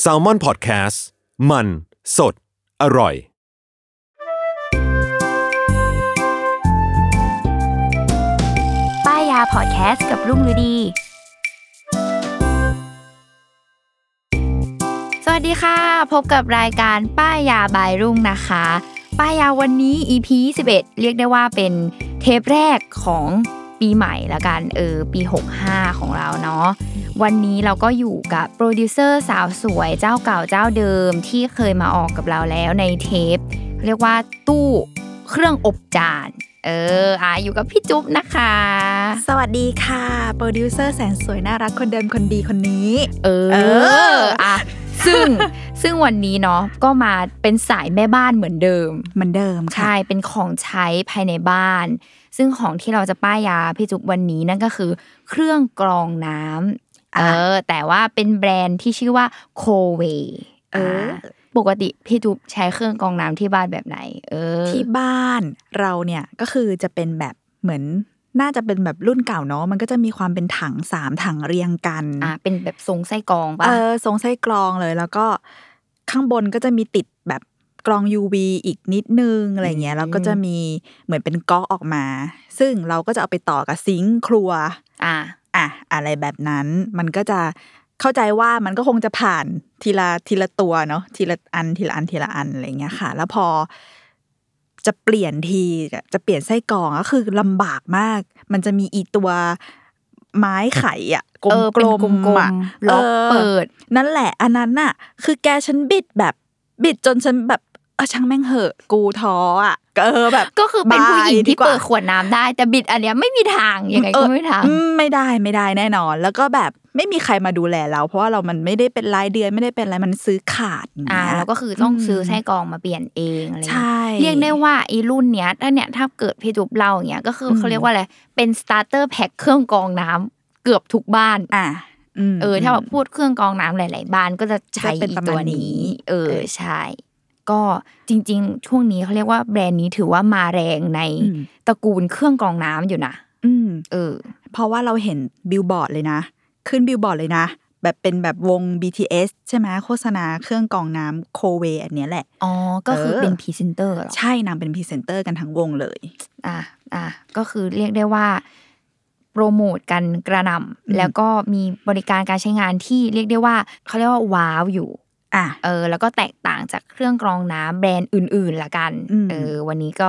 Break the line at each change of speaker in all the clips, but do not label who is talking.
แซลมอนพอดแคสต์มันสดอร่อย
ป้ายยาพอดแคสต์กับรุ่งฤดี สวัสดีค่ะ พบกับรายการป้ายยาบายรุ่งนะคะ ป้ายยาวันนี้ EP 11 เรียกได้ว่าเป็นเทปแรกของปีใหม่ละกันเออปี 65 ของเราเนาะ วันนี้เราก็อยู่กับโปรดิวเซอร์สาวสวยเจ้าเก่าเจ้าเดิมที่เคยมาออกกับเราแล้วในเทป เรียกว่าตู้เครื่องอบจาน เอออ่ะอยู่กับพี่จุ๊บนะคะ
สวัสดีค่ะ โปรดิวเซอร์แสนสวยน่ารักคนเดิมคนดีคนนี้
เอ
เอ
อ
อ
อ่ะซึ่ง ซึ่งวันนี้เนาะก็มาเป็นสายแม่บ้านเหมือนเดิม
เหมือนเดิมค่ะ
ใช่ เป็นของใช้ภายในบ้าน ซึ่งของที่เราจะป้ายยาพี่จุ๊บวันนี้นั่นก็คือ เครื่องกรองน้ำเอ
อ่ะ
อ แต่ว่าเป็นแบรนด์ที่ชื่อว่าโคเว
เอออ่
ปกติพี่จุ๊บใช้เครื่องกรองน้ำที่บ้านแบบไหน เออ
ที่บ้านเราเนี่ยก็คือจะเป็นแบบเหมือนน่าจะเป็นแบบรุ่นเก่าเนาะมันก็จะมีความเป็นถังสามถังเรียงกัน
อ่ะเป็นแบบทรงไส้กรองปะ
เออทรงไส้กรองเลย แล้วก็ข้างบนก็จะมีติดแบบกรอง UV อีกนิดนึงอะไรเงี้ยแล้วก็จะมีเหมือนเป็นก๊อกออกมา ซึ่งเราก็จะเอาไปต่อกับซิงค์ครัว
อ่ะ
อะอะไรแบบนั้นมันก็จะเข้าใจว่ามันก็คงจะผ่านทีละทีละตัวเนาะทีละอันทีละอันทีละอันอะไรอย่างเงี้ยค่ะ แล้วพอจะเปลี่ยนทีจะเปลี่ยนไส้กรองก็คือลำบากมาก มันจะมีอีตัวไม้ไขอ่ะกล
เอ
ม
อ
ๆ
เป็นกลมๆ
อะ
ล็อกเปิด
ออนั่นแหละ อันนั้นน่ะ คือแกฉันบิดแบบบิดจนฉันแบบเออช่างแม่งเหอะกูท้ออ่ะเออแบบ
ก็คือเป็นผู้หญิง
บาย
ที่
กว่า
เปิดขวดน้ำได้ แต่บิดอันเนี้ยไม่มีทาง ยังไงก็ไม่มีทาง
เอออืมไม่ได้ไม่ได้แน่นอน แล้วก็แบบไม่มีใครมาดูแลเรา เพราะว่าเรามันไม่ได้เป็นรายเดือนไม่ได้เป็นอะไรมันซื้อขาดย่ง
อ่า
เงี้ย
แล้วก็คือต้องซื้อไส้กรองมาเปลี่ยนเองอะไรเงี้ย
ใช่
เรียกได้ว่าไอ้รุ่นเนี้ยถ้าเนี่ยถ้าเกิดพี่จุ๊บเล่าอย่างเงี้ยก็คืออ
ม
เขาเรียกว่าอะไรเป็นสตาร์เตอร์แพ็คเครื่องกรองน้ำเกือบทุกบ้าน
อ่ะม
เออถ้าแบบพูดเครื่องกรองน้ำหลาย ๆ บ้านก็จะใช้
ก็เป็น
อี
ประมาณ
ตัว
นี้
นี้ เออ
เออ
ใช่ ก็จริง ๆ ช่วงนี้เขาเรียกว่าแบรนด์นี้ถือว่ามาแรงใน
อืม
ตระกูลเครื่องกรองน้ำอยู่นะ
อืม
เออ
เพราะว่าเราเห็นบิลบอร์ดเลยนะ ขึ้นบิลบอร์ดเลยนะ แบบเป็นแบบวง BTS ใช่ไหมโฆษณาเครื่องกรองน้ำโคเวอันเนี้ยแหละ
อ๋อ ก็คือ
เออ
เป็นพรีเซนเตอร์เหรอ
ใช่นางเป็นพรีเซนเตอร์กันทั้งวงเลย
อ่ะอ่ะก็คือเรียกได้ว่า โปรโมทกันกระหน
อืม
ำแล้วก็มีบริการการใช้งานที่เรียกได้ว่าเขาเรียกว่าว้าวอยู่
อ่ะ
เออ แล้วก็แตกต่างจากเครื่องกรองน้ำแบรนด์อื่นๆละกัน
อืม
เออ วันนี้ก็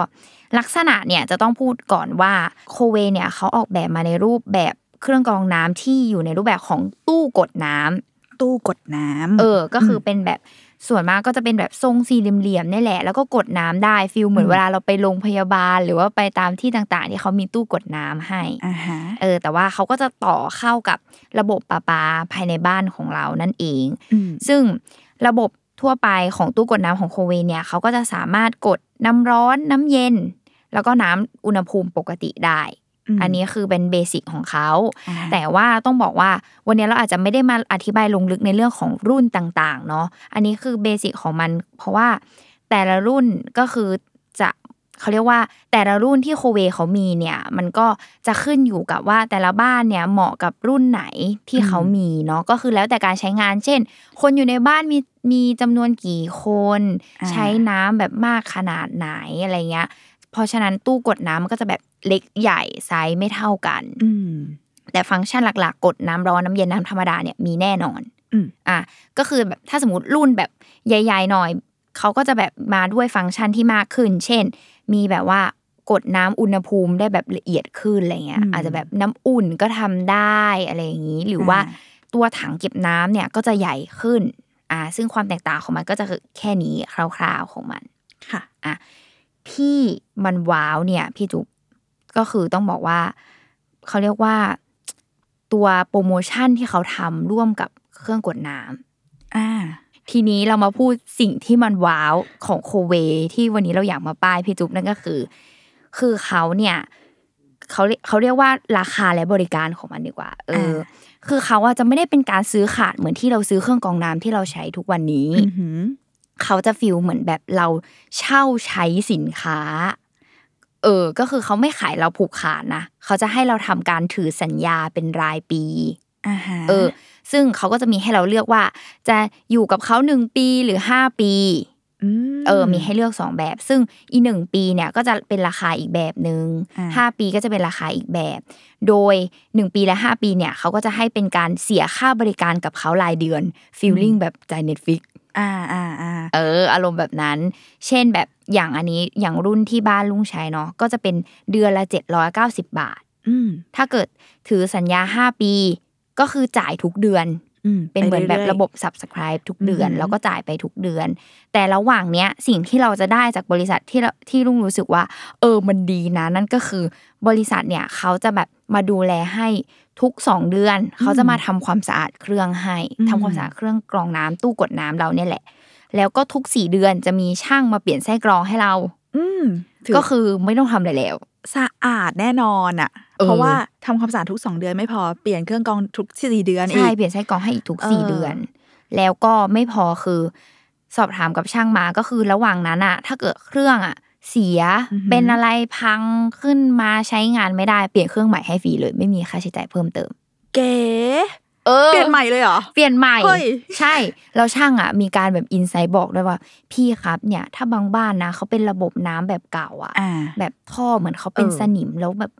ลักษณะเนี่ยจะต้องพูดก่อนว่าโคเวเนี่ยเขาออกแบบมาในรูปแบบเครื่องกรองน้ำที่อยู่ในรูปแบบของตู้กดน้ำ
ตู้กดน้ำ
เออ ก็คือเป็นแบบส่วนมากก็จะเป็นแบบทรงสี่เหลี่ยมๆนี่แหละ แล้วก็กดน้ำได้ฟิลเหมือน
อืม
เวลาเราไปโรงพยาบาล หรือว่าไปตามที่ต่างๆ ที่เขามีตู้กดน้ำให้
อ่าฮะ
เออ แต่ว่าเขาก็จะต่อเข้ากับระบบประปาภายในบ้านของเรานั่นเอง
อืม
ซึ่งระบบทั่วไปของตู้กดน้ำของโคเวเนี่ยเขาก็จะสามารถกดน้ำร้อนน้ำเย็น แล้วก็น้ำอุณหภูมิปกติได้ อันนี้คือเป็นเบสิกของเขา
อ่าฮะ
แต่ว่าต้องบอกว่าวันนี้เราอาจจะไม่ได้มาอธิบายลงลึกในเรื่องของรุ่นต่างๆ เนาะ อันนี้คือเบสิกของมัน เพราะว่าแต่ละรุ่นก็คือจะเขาเรียกว่าแต่ละรุ่นที่โคเวเขามีเนี่ย มันก็จะขึ้นอยู่กับว่าแต่ละบ้านเนี่ยเหมาะกับรุ่นไหนที่เขามีเนาะ ก็คือแล้วแต่การใช้งาน เช่น คนอยู่ในบ้านมีมีจำนวนกี่คน
อ่า
ใช้น้ำแบบมากขนาดไหนอะไรเงี้ย เพราะฉะนั้นตู้กดน้ำมันก็จะแบบเล็กใหญ่ไซส์ไม่เท่ากัน
อืม
แต่ฟังก์ชันหลักๆ กดน้ำร้อนน้ำเย็นน้ำธรรมดาเนี่ยมีแน่นอน
อืม
อ่ะก็คือแบบถ้าสมมติรุ่นแบบใหญ่ๆหน่อย เขาก็จะแบบมาด้วยฟังก์ชันที่มากขึ้น เช่น มีแบบว่ากดน้ำอุณหภูมิได้แบบละเอียดขึ้นอะไรเงี้ย
อืม
อาจจะแบบน้ำอุ่นก็ทำได้อะไรอย่างนี้ หรือว่า
อ่า
ตัวถังเก็บน้ำเนี่ยก็จะใหญ่ขึ้นอ่าซึ่งความแตกต่างของมันก็จะคือแค่นี้คร่าวๆของมัน
ค่ะ
ที่มันว้าวเนี่ย พี่จุ๊บก็คือต้องบอกว่า เขาเรียกว่าตัวโปรโมชั่นที่เขาทำร่วมกับเครื่องกดน้ำ
อ่า
ทีนี้เรามาพูดสิ่งที่มันว้าวของโคเว ที่วันนี้เราอยากมาป้ายพี่จุ๊บนั่นก็คือ คือเขาเนี่ยเขาเรียเขาเรียกว่าราคาและบริการของมันดีกว่า เออ
อ่า
คือเขาอะจะไม่ได้เป็นการซื้อขาดเหมือนที่เราซื้อเครื่องกรองน้ำที่เราใช้ทุกวันนี้
อือหือ
เขาจะฟีลเหมือนแบบเราเช่าใช้สินค้า เออ ก็คือเขาไม่ขายเราผูกขาดนะ เขาจะให้เราทำการถือสัญญาเป็นรายปี
อ่าฮะ
เออ ซึ่งเขาก็จะมีให้เราเลือกว่า จะอยู่กับเขาหนึ่งปีหรือห้าปี
ม
เออ มีให้เลือกสองแบบ ซึ่งอีหนึ่งปีเนี่ยก็จะเป็นราคาอีกแบบหนึ่ง
อ่า
ห้าปีก็จะเป็นราคาอีกแบบ โดยหนึ่งปีและห้าปีเนี่ยเขาก็จะให้เป็นการเสียค่าบริการกับเขารายเดือนฟีลลิ่งแบบจ่ายเน็ตฟิก
อ่าอ่าอ่า
เอออารมณ์แบบนั้น เช่นแบบอย่างอันนี้อย่างรุ่นที่บ้านลุงใช้เนาะก็จะเป็นเดือนละ 790 บาท
อืม
ถ้าเกิดถือสัญญา 5 ปี ก็คือจ่ายทุกเดือน
อืม
เป็นเหมือนแบบ
ไยๆ
ระบบ subscribe ทุกเดือน
อือหือ
แล้วก็จ่ายไปทุกเดือน แต่ระหว่างเนี้ยสิ่งที่เราจะได้จากบริษัทที่เราที่ลุงรู้สึกว่า เออมันดีนะ นั่นก็คือบริษัทเนี่ยเขาจะแบบมาดูแลให้ทุกสองเดือน เขาจะมาทำความสะอาดเครื่องให้
อืม
ทำความสะอาดเครื่องกรองน้ำตู้กดน้ำเราเนี่ยแหละ แล้วก็ทุกสี่เดือนจะมีช่างมาเปลี่ยนไส้กรองให้เรา
อืมถือ
ก็คือไม่ต้องทำอะไรแล้ว
สะอาดแน่นอนอ่ะ
เออ
เพราะว่าทำความสะอาดทุกสองเดือนไม่พอเปลี่ยนเครื่องกรองทุกสี่เดือนอี
ใช่
ก
เปลี่ยนไส้กรองให้อีกทุก
เออ
สี่เดือน แล้วก็ไม่พอคือสอบถามกับช่างมาก็คือระหว่างนั้นอะถ้าเกิดเครื่องอะเสียเป็นอะไรพังขึ้นมาใช้งานไม่ได้เปลี่ยนเครื่องใหม่ให้ฟรีเลย ไม่มีค่าใช้จ่ายเพิ่มเติม
เก๋
เออ
เปลี่ยนใหม่เลยเหรอ
เปลี่ยนใหม่
เฮ้ย
ใช่แล้วช่างอะมีการแบบอินไซต์บอกด้วยว่า พี่ครับเนี่ย ถ้าบางบ้านนะเขาเป็นระบบน้ำแบบเก่าอะ
อ่า
แบบท่อเหมือนเขาเป็น
เออ
สนิมแล้วแบบ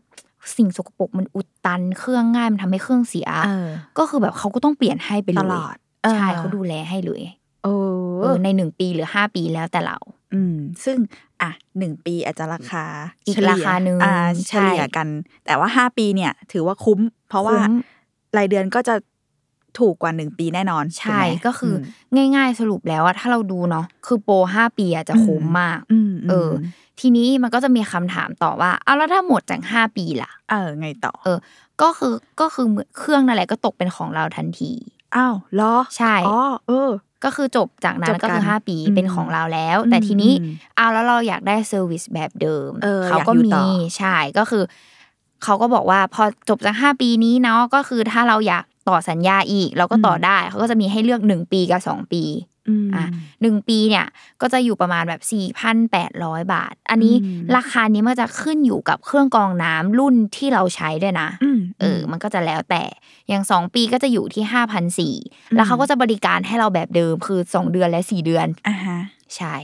สิ่งสกปรกมันอุดตันเครื่องง่ายมันทำให้เครื่องเสีย
เออ
ก็คือแบบเขาก็ต้องเปลี่ยนให้ไปเลย
ตลอดเออ
ใช่เขาดูแลให้เลย
โอ้
เออในหนึ่งปีหรือห้าปีแล้วแต่เรา
อืม ซึ่งอ่ะหนึ่งปีอาจจะราคา
อีก
เฉลี่ย
ราคาหนึ่ง
อ่าเฉลี่ย
ใช่
กัน แต่ว่าห้าปีเนี่ย ถือว่าคุ้ม เพราะว่า
คุ้ม
รายเดือนก็จะถูกกว่าหนึ่งปีแน่นอน
ใช่
ถูไหม
ก็คืออง่ายๆสรุปแล้วอะถ้าเราดูเนาะคือโปรห้าปีอะจะคุ้มมาก
อืม
เออ ทีนี้มันก็จะมีคำถามต่อว่าเอาแล้วถ้าหมดจากห้าปีล่ะ
เออไงต่อ
เออ ก็คือก็คือเหมือนเครื่องนั่นแหละก็ตกเป็นของเราทันที
อ้าวเหรอ
ใช่
อ๋อเออ
ก็คือจบจากนั้
จ
น
บกัน
ก็คือห้าปี
อืม
เป็นของเราแล้ว
อืม
แต่ทีนี้
อืม
เอาแล้วเราอยากได้เซอร์วิสแบบเดิม
เออ
ก็
อยากอยู่
มี
ต่อ
ใช่ก็คือเขาก็บอกว่าพอจบจากห้าปีนี้เนาะก็คือถ้าเราอยากต่อสัญญาอีก เราก็ต่อได้เขาก็จะมีให้เลือกหนึ่งปีกับสองปี
อืม
อ่ะ หนึ่งปีเนี่ยก็จะอยู่ประมาณแบบ 4,800 บาท อันนี้
อืม
ราคานี้มันจะขึ้นอยู่กับเครื่องกรองน้ำรุ่นที่เราใช้ด้วยนะ
อืม
เออ มันก็จะแล้วแต่ อย่างสองปีก็จะอยู่ที่ห้าพันสี่แล้วเขาก็จะบริการให้เราแบบเดิมคือสองเดือนและสี่เดือน
อ่าฮะ
ใช่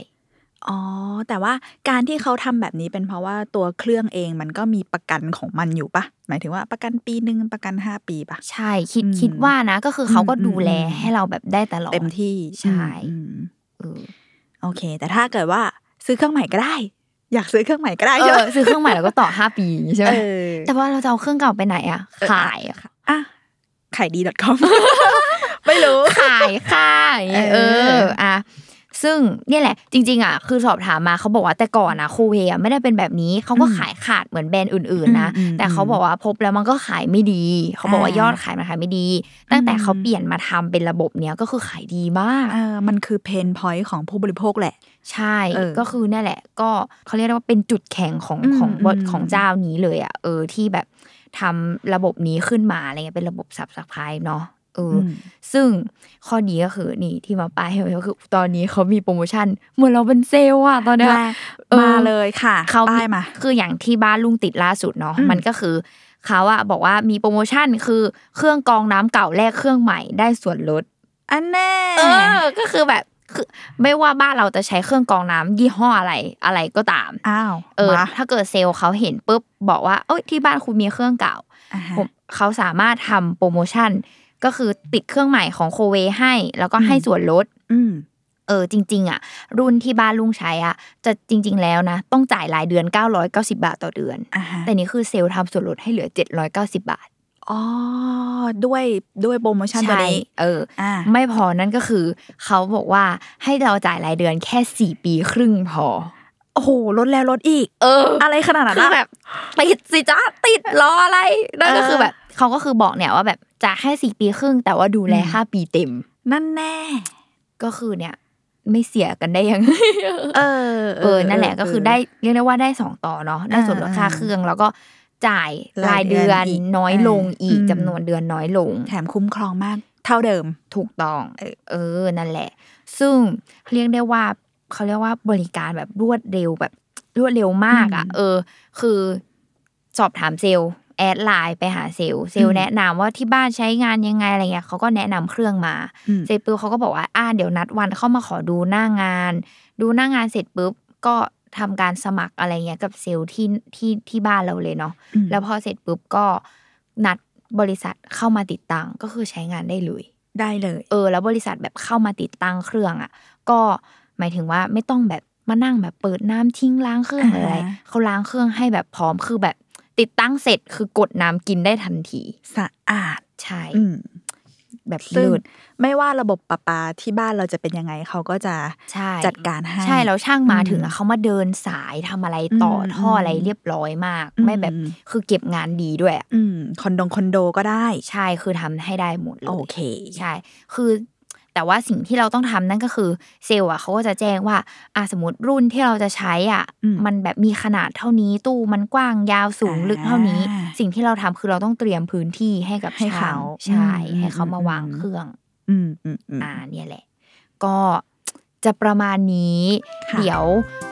อ๋อ แต่ว่าการที่เขาทำแบบนี้เป็นเพราะว่าตัวเครื่องเองมันก็มีประกันของมันอยู่ปะ หมายถึงว่าประกันปีหนึ่งประกันห้าปีปะ
ใช่คิด
อืม
คิดว่านะ ก็คือเขาก็
อืม
ดูแล
อืม
ให้เราแบบได้ตลอด
เต็มที่
ใช่
อืม
เออ
โอเค แต่ถ้าเกิดว่าซื้อเครื่องใหม่ก็ได้ อยากซื้อเครื่องใหม่ก็ได้
เอ
ใช่ไหม
อซื้อเครื่องใหม่แล้วก็ต่อห้าปีอย่างงี้ใช่ไหม
เออ
แต่ว่าเราจะเอาเครื่องเก่าไปไหนอะขายอะค่ะ
อ่ะขายดี .com ไม่รู้
ขายค่ะอย่างเงี้ย
เอ
เอ
อ
ออ่ะซึ่งเนี่ยแหละ จริง ๆอ่ะคือสอบถามมาเขาบอกว่าแต่ก่อนอะโคเวอะไม่ได้เป็นแบบนี้เขาก็ขายขาดเหมือนแบรนด์อื่นๆนะ
อืม
แต่เขาบอกว่าพบแล้วมันก็ขายไม่ดี เขาบอกว่า
อ่าย
ยอดขายมันขายไม่ดี ตั้งแต่
อืม
เขาเปลี่ยนมาทำเป็นระบบเนี้ยก็คือขายดีมาก
เออมันคือเพนพอยต์ของผู้บริโภคแหละ
ใช่
เออ
ก็คือนั่นแหละ ก็เขาเรียกได้ว่าเป็นจุดแข็งของ
อืม
ของบท
อืม
ของเจ้านี้เลยอ่ะเออที่แบบทำระบบนี้ขึ้นมาอะไรเงี้ยเป็นระบบสับสับไพายเนาะเอออ
ม
ซึ่งข้อดีก็คือนี่ที่มาป้ายให้ไว้ก็คือตอนนี้เขามีโปรโมชั่น เหมือนเราเป็นเซลล์อ่ะตอนเนี้ย
มา
เออ
มาเลยค่ะ
เขา
ป้ายมา
คืออย่างที่บ้านลุงติดล่าสุดเนาะ
อืม
มันก็คือเขาอะบอกว่ามีโปรโมชั่นคือเครื่องกรองน้ำเก่าแลกเครื่องใหม่ได้ส่วนลด
อันแน่
เออ ก็คือแบบคือไม่ว่าบ้านเราจะใช้เครื่องกรองน้ำยี่ห้ออะไรอะไรก็ตาม
อ้าว
เออ
มา
ถ้าเกิดเซลล์เขาเห็นปุ๊บบอกว่าเอ้ยที่บ้านคุณมีเครื่องเก่า
อ่าฮะ
ผม เขาสามารถทำโปรโมชั่น ก็คือติดเครื่องหมายของโคเวให้ แล้วก็ให้ส่วนลด
อืม
เออจริง ๆ อ่ะ รุ่นที่บ้านลุงใช้อ่ะ จะจริง ๆ แล้วนะ ต้องจ่ายรายเดือน 990 บาทต่อเดือน
อ่าฮะ
แต่นี่คือเซลล์ทำส่วนลดให้เหลือ 790 บาท
อ๋อ ด้วยด้วยโปรโมชั่นตัวนี้
เออ
อ่า
ไม่พอนั่นก็คือ เขาบอกว่าให้เราจ่ายรายเดือนแค่ 4 ปีครึ่งพอ
โอ้โห ลดแล้วลดอีก
เออ
อะไรขนาดนั้น
คือ
อะ
แบบติดสิจ้าติดรออะไรนั่นก็
เออ
คือแบบเขาก็คือบอกเนี่ยว่าแบบจะให้สี่ปีครึ่ง แต่ว่าดูแลห้าปีเต็ม
นั่นแน่
ก็คือเนี่ย ไม่เสียกันได้ยังไง
เออ
เออนั่นแหละก็คือได้เรียกได้ว่าได้สองต่อเนาะได้ส่วนลดค่าเครื่อง แล้วก็จ่ายรายเดือ
ราน ยเดือนอีก
น้อยลงอีก
อืม
จำนวนเดือนน้อยลง
แถมคุ้มครองมาก เท่าเดิม
ถูกต้องเออ นั่นแหละ ซึ่งเรียกได้ว่าเขาเรียกว่าบริการแบบรวดเร็วแบบรวดเร็วมากอ่ะ เออ คือสอบถามเซลล์แอดไลน์ไปหาเซลล์เซล
อื
ล์
ม
แนะนำว่าที่บ้านใช้งานยังไงอะไรเงี้ยเขาก็แนะนำเครื่องมา
อืม
เสร็จปุ๊บเขาก็บอกว่าอ่าเดี๋ยวนัดวันเข้ามาขอดูหน้างาน ดูหน้างานเสร็จปุ๊บก็ทำการสมัครอะไรเงี้ยกับเซลล์ที่ที่ที่บ้านเราเลยเนาะ
อืม
แล้วพอเสร็จปุ๊บก็นัดบริษัทเข้ามาติดตั้งก็คือใช้งานได้เลย
ได้เลย
เออแล้วบริษัทแบบเข้ามาติดตั้งเครื่องอ่ะ ก็หมายถึงว่าไม่ต้องแบบมานั่งแบบเปิดน้ำทิ้งล้างเครื่องหรืออะไร
อ่าฮะ
เขาล้างเครื่องให้แบบพร้อมคือแบบติดตั้งเสร็จคือกดน้ำกินได้ทันที
สะอาด
ใช่
อืม
แบบ
ซึ่ง
เลิศ
ไม่ว่าระบบประปาที่บ้านเราจะเป็นยังไงเขาก็จะ
ใช่
จัดการให้
ใช่แล้วช่างมา
อืม
ถึงอะเขามาเดินสายทำอะไรต่ออ
ม
ท่ออะไรเรียบร้อยมาก ไม่แบบ
อืม
คือเก็บงานดีด้วยอะ
อืม คอนโดงคอนโดก็ได้
ใช่คือทำให้ได้หมดเลย
โอเค
ใช่ คือแต่ว่าสิ่งที่เราต้องทำนั่นก็คือเซลล์อ่ะเขาก็จะแจ้งว่าอ่ะสมมติรุ่นที่เราจะใช้อ่ะ
อืม
มันแบบมีขนาดเท่านี้ตู้มันกว้างยาวสูง
อ่า
ลึกเท่านี้ สิ่งที่เราทำคือเราต้องเตรียมพื้นที่ให้กับ
ให้เขา
ช่งใช่
อืม
ให้เขา
อืม
มาวาง
อืม
เครื่อง
อืมอืมอืม
อ่าเนี่ยแหละ ก็จะประมาณนี้
ค่ะ
เดี๋ยว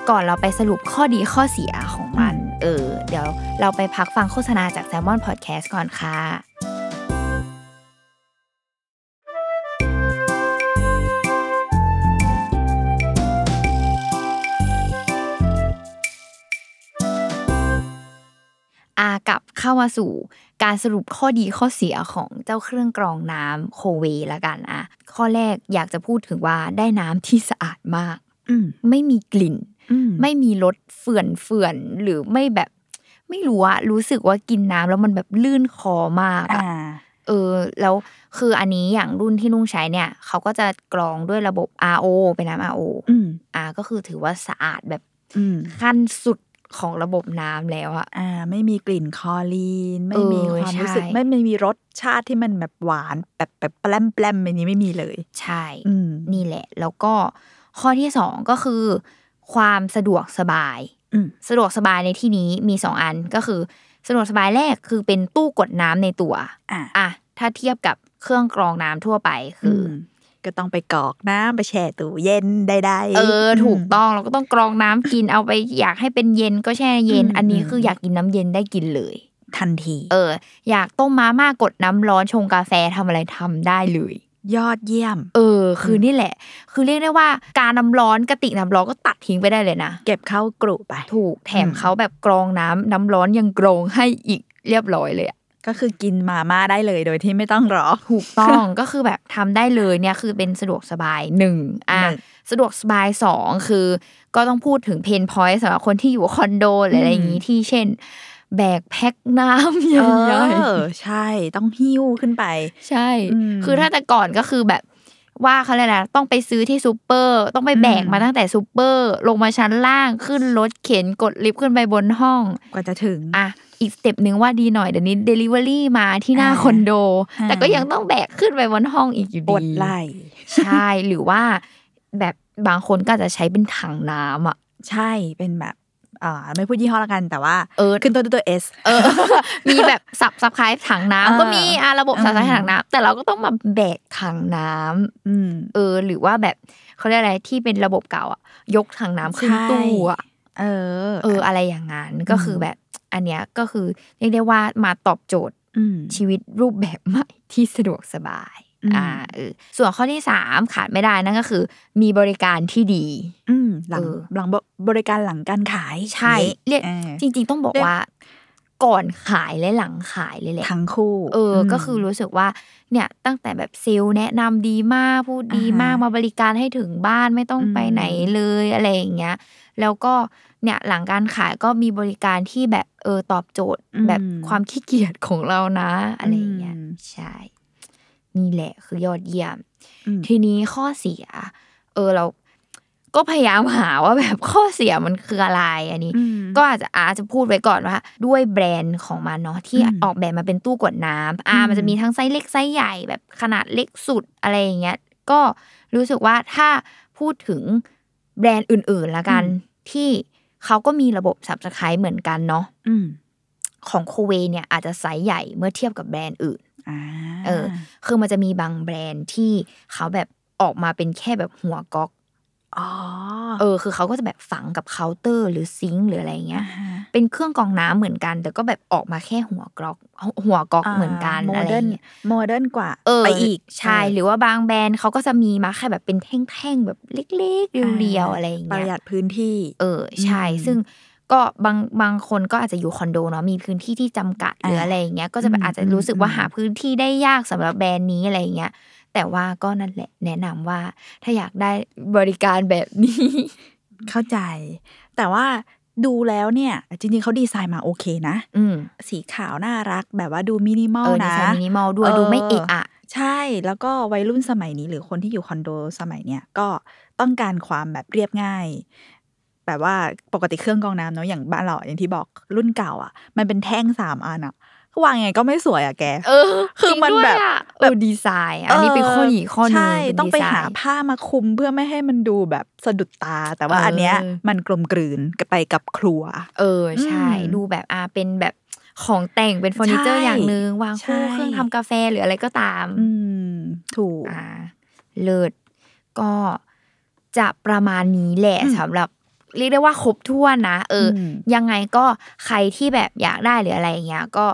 ก่อนเราไปสรุปข้อดีข้อเสียของมัน เออ เดี๋ยวเราไปพักฟังโฆษณาจาก s ซ l m o n Podcast ก่อนค่ะ อากลับเข้ามาสู่การสรุปข้อดีข้อเสียของเจ้าเครื่องกรองน้ำโคเวละกันอะข้อแรกอยากจะพูดถึงว่าได้น้ำที่สะอาดมาก
อืม
ไม่มีกลิ่น
อืม
ไม่มีรสเฟื่อนเฟื่อนๆหรือไม่แบบ ไม่รู้อะรู้สึกว่ากินน้ำแล้วมันแบบลื่นคอมากอะ
อ่า
เออแล้วคืออันนี้อย่างรุ่นที่นุ่งใช้เนี่ยเขาก็จะกรองด้วยระบบ RO เป็นน้ำ RO
อืม
อ่าก็คือถือว่าสะอาดแบบ
อืม
ขั้นสุดของระบบน้ำแล้วอะ
อ่า ไม่มีกลิ่นคลอลีน ไม่มี
เออ
ความรู้สึก
ใช่
ไม่ไม่มีรสชาติที่มันแบบหวาน แบบแบบแปลมแปลมแบบนี้ไม่มีเลย
ใช่
อืม
นี่แหละ แล้วก็ข้อที่สองก็คือ ความสะดวกสบาย
อืม
สะดวกสบายในที่นี้มีสองอันก็คือ สะดวกสบายแรกคือเป็นตู้กดน้ำในตัว
อ่า
อ่ะถ้าเทียบกับเครื่องกรองน้ำทั่วไปคืออ
มก็ต้องไปกรอกน้ำไปแช่ตู้เย็นได้ๆ
เออถูก
ม
ต้องเราก็ต้องกรองน้ำกินเอาไปอยากให้เป็นเย็นก็แช่เย็น
อืม
อันนี้
อืม
คืออยากกินน้ำเย็นได้กินเลย
ทันที
เออ อยากต้มมาม่ากดน้ำร้อนชงกาแฟทำอะไรทำได้เลย
ยอดเยี่ยม
เออ คือนี่แหละ คือเรียกได้ว่าการน้ำร้อนกระติกน้ำร้อนก็ตัดทิ้งไปได้เลยนะ
เก็บเข้ากรุไป
ถูกแถม
อืม
เขาแบบกรองน้ำน้ำร้อนยังกรองให้อีกเรียบร้อยเลยอะ
ก็คือกินมาม่าได้เลยโดยที่ไม่ต้องรอ
ถูกต้อง ก็คือแบบทำได้เลยเนี่ยคือเป็นสะดวกสบายหนึ่งอ่ะ
หนึ่ง
สะดวกสบายสองคือก็ต้องพูดถึงเพนพอยต์สำหรับคนที่อยู่คอนโดหรืออะไรอย่างนี้ที่เช่น แบกแพ็คน้ำให
เอ
ญ่
อ ใช่ ต้องหิ้วขึ้นไป
ๆใช่
อืม
คือถ้าแต่ก่อนก็คือแบบว่าเขาเลยกอะไรนะต้องไปซื้อที่ซูเปอร์ ต้องไปแบก
อืม
มาตั้งแต่ซูเปอร์ลงมาชั้นล่างขึ้นรถเข็นกดลิฟต์ขึ้นไปบนห้อง
กว่าจะถึง
อ่ะอีกสเต็ปหนึ่งว่าดีหน่อยเดี๋ยวนี้เดลิเวอรี่มาที่หน้า
อ่า
คอนโด
อ่า
แต่ก็ยังต้องแบกขึ้นไปบนห้องอีกอยู่
ป
ดี
วดไหล่
ใช่ หรือว่าแบบบางคนก็อาจจะใช้เป็นถังน้ำอ่ะ
ใช่ เป็นแบบอ่าไม่พูดยี่ห้อละกัน แต่ว่า
เออ
ขึ้นตัวด้วยตัวเอส
เอ อ มีแบบสับสครายถังน้ำ
เออ
ก็มีอ่ะระบบสับสคราย
อืม
ถังน้ำแต่เราก็ต้องมาแบกถังน้ำ
อืม
เออ หรือว่าแบบเขาเรียกอะไรที่เป็นระบบเก่าอ่ะ ยกถังน้ำขึ้น
ใช่
ตู้อ่ะ
เออ
เออ อะไรอย่างนั้นก็คือแบบอันเนี้ยก็คือเรียกได้ว่ามาตอบโจทย์
อืม
ชีวิตรูปแบบใหม่ที่สะดวกสบาย
อืม
อ่าเออส่วนข้อที่สามขาดไม่ได้นั่นก็คือ มีบริการที่ดี
อืมหลัง
เออ
หลังบบริการหลังการขาย
ใช่
อย่างงี้
เรียก
ออ
จริง ๆ ต้องบอก
เรียก
ว่า ก่อนขายและหลังขายเลยแหละ
ทั้งคู่
เอออ
ม
ก็คือรู้สึกว่าเนี่ยตั้งแต่แบบเซลล์แนะนำดีมากพูดดีมาก
อ่าฮะ
มาบริการให้ถึงบ้านไม่ต้อง
อืม
ไปไหนเลยอะไรอย่างเงี้ยแล้วก็เนี่ยหลังการขายก็มีบริการที่แบบเออตอบโจทย์แบบความขี้เกียจของเรานะอะไรอย่างเงี้ยใช่ นี่แหละคือยอดเยี่ยม
อืม
ทีนี้ข้อเสีย เออเราก็พยายามหาว่าแบบข้อเสียมันคืออะไรอันนี้
อืม
ก็อาจจะอาจจะพูดไว้ก่อนว่า ด้วยแบรนด์ของมันเนาะที่
อืม
ออกแบบมาเป็นตู้กดน้ำอ่า
อืม
มันจะมีทั้งไซส์เล็กไซส์ใหญ่แบบขนาดเล็กสุดอะไรอย่างเงี้ยก็รู้สึกว่าถ้าพูดถึงแบรนด์อื่นๆละกันที่เขาก็มีระบบ subscribe เหมือนกันเนาะ
อืม
ของโคเวเนี่ยอาจจะไซส์ใหญ่เมื่อเทียบกับแบรนด์อื่น
อ่า
เออ คือมันจะมีบางแบรนด์ที่เขาแบบออกมาเป็นแค่แบบหัวก๊อก
อ๋อ
เออ คือเขาก็จะแบบฝังกับเคาน์เตอร์หรือซิงค์หรืออะไรเงี้ย
าฮะ
เป็นเครื่องกรองน้ำเหมือนกัน แต่ก็แบบออกมาแค่หัวกรอก หัวก๊อกเหมือนกัน
โม
อะไร
เดิร์น
เงี้ย
โมเดิร์นกว่า
เออ
ไปอีก
ใช่หรือว่าบางแบรนด์เขาก็จะมีมาแค่แบบเป็นแท่งๆแบบเล็กๆเรียวๆอะไรอย่าง
ประ
เงี้
หยั
ย
ดพื้นที่
เออใช่
อืม
ซึ่งก็บางบางคนก็อาจจะอยู่คอนโดเนาะมีพื้นที่ที่จำกัดหรืออะไรอย่างเงี้ยก็จะแบบ
อืม
อาจจะรู้สึกว่า
อืม
หาพื้นที่ได้ยากสำหรับแบรนด์นี้อะไรอย่างเงี้ย แต่ว่าก็นั่นแหละแนะนำว่า ถ้าอยากได้บริการแบบนี้
เข้าใจ แต่ว่าดูแล้วเนี่ย จริงๆเขาดีไซน์มาโอเคนะ
อืม
สีขาวน่ารักแบบว่าดูมินิมอล
เออดี
นะ
ไซน์มินิมอลด้วย
เออ
ดูไม่เอะอะ
ใช่แล้วก็วัยรุ่นสมัยนี้หรือคนที่อยู่คอนโดสมัยเนี้ยก็ต้องการความแบบเรียบง่าย แบบว่าปกติเครื่องกรองน้ำเนาะอย่างบ้านเราอย่างที่บอกรุ่นเก่าอ่ะ มันเป็นแท่งสามอันอ่ะวางยังไงก็ไม่สวยอ่ะแก
เออ
คือมันแบบ
จริงด้วยอะ
แบ
เอบ อดีไซน์อะอันนี้เป็นข้อหนีข้อหนึง
ใช่
เน
ต้องไป
ดีซน์
หาผ้ามาคลุมเพื่อไม่ให้มันดูแบบสะดุดตา แต่ว่า
เอออั
อันเนี้ยมันกลมกลืนไปกับครัว
เออใช่
อืม
ดูแบบอ่าเป็นแบบของแต่งเป็นเฟอร์นิเจอร์
ใช่
อย่างหนึ่งวางคู่
ใช่
เครื่องทำกาแฟหรืออะไรก็ตาม
อืม ถูก
อ่า เลิศก็จะประมาณนี้แหละ
อืม
สำหรับ เรียกได้ว่าครบถ้วนนะ เอออ
ม
ยังไงก็ใครที่แบบอยากได้หรืออะไรอย่างเงี้ยก็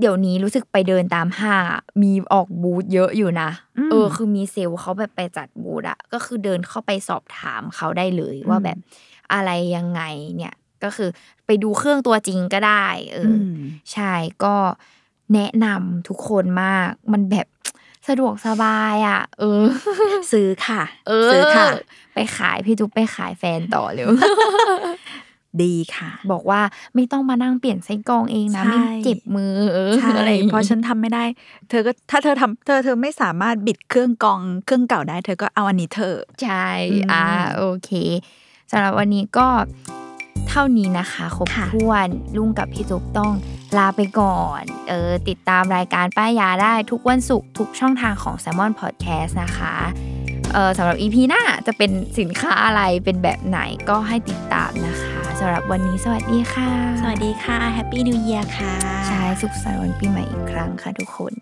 เดี๋ยวนี้รู้สึกไปเดินตามห้างอะมีออกบูธเยอะอยู่นะ
ม
เออคือมีเซลล์เขาแบบไปจัดบูธอะก็คือเดินเข้าไปสอบถามเขาได้เลยว่าแบบอะไรยังไงเนี่ยก็คือไปดูเครื่องตัวจริงก็ได้ เอออ
ม
ใช่ก็แนะนำทุกคนมาก มันแบบสะดวกสบายอะเออ
ซื้อค่ะ
เออ
ซื้อค่ะ
ไปขายพี่จุ๊บไปขายแฟนต่อเร็ว
ดีค่ะ
บอกว่าไม่ต้องมานั่งเปลี่ยนไส้กรองเองนะ
ใช่
ไม่เจ็บมือเออ
ใช่
อะไรอย่างงี้
เพราะฉันทำไม่ได้ เธอก็ถ้าเธอทำเธอเธอไม่สามารถบิดเครื่องกรองเครื่องเก่าได้ เธอก็เอาอันนี้เธอะ
ใช่
อืม
อ่าโอเคสำหรับวันนี้ก็เท่านี้นะคะครบถ้วนลุงกับพี่จุ๊บต้องลาไปก่อนเออติดตามรายการป้ายยาได้ทุกวันศุกร์ทุกช่องทางของ s ซ l m o n Podcast นะคะเออสำหรับ EP หน้าจะเป็นสินค้าอะไรเป็นแบบไหนก็ให้ติดตามนะคะสำหรับวันนี้สวัสดีค่ะ
สวัสดีค่ะ แฮปปี้นิวเยียร์ค่ะ
ใช่สุขสันต์วันปีใหม่อีกครั้งค่ะทุกคน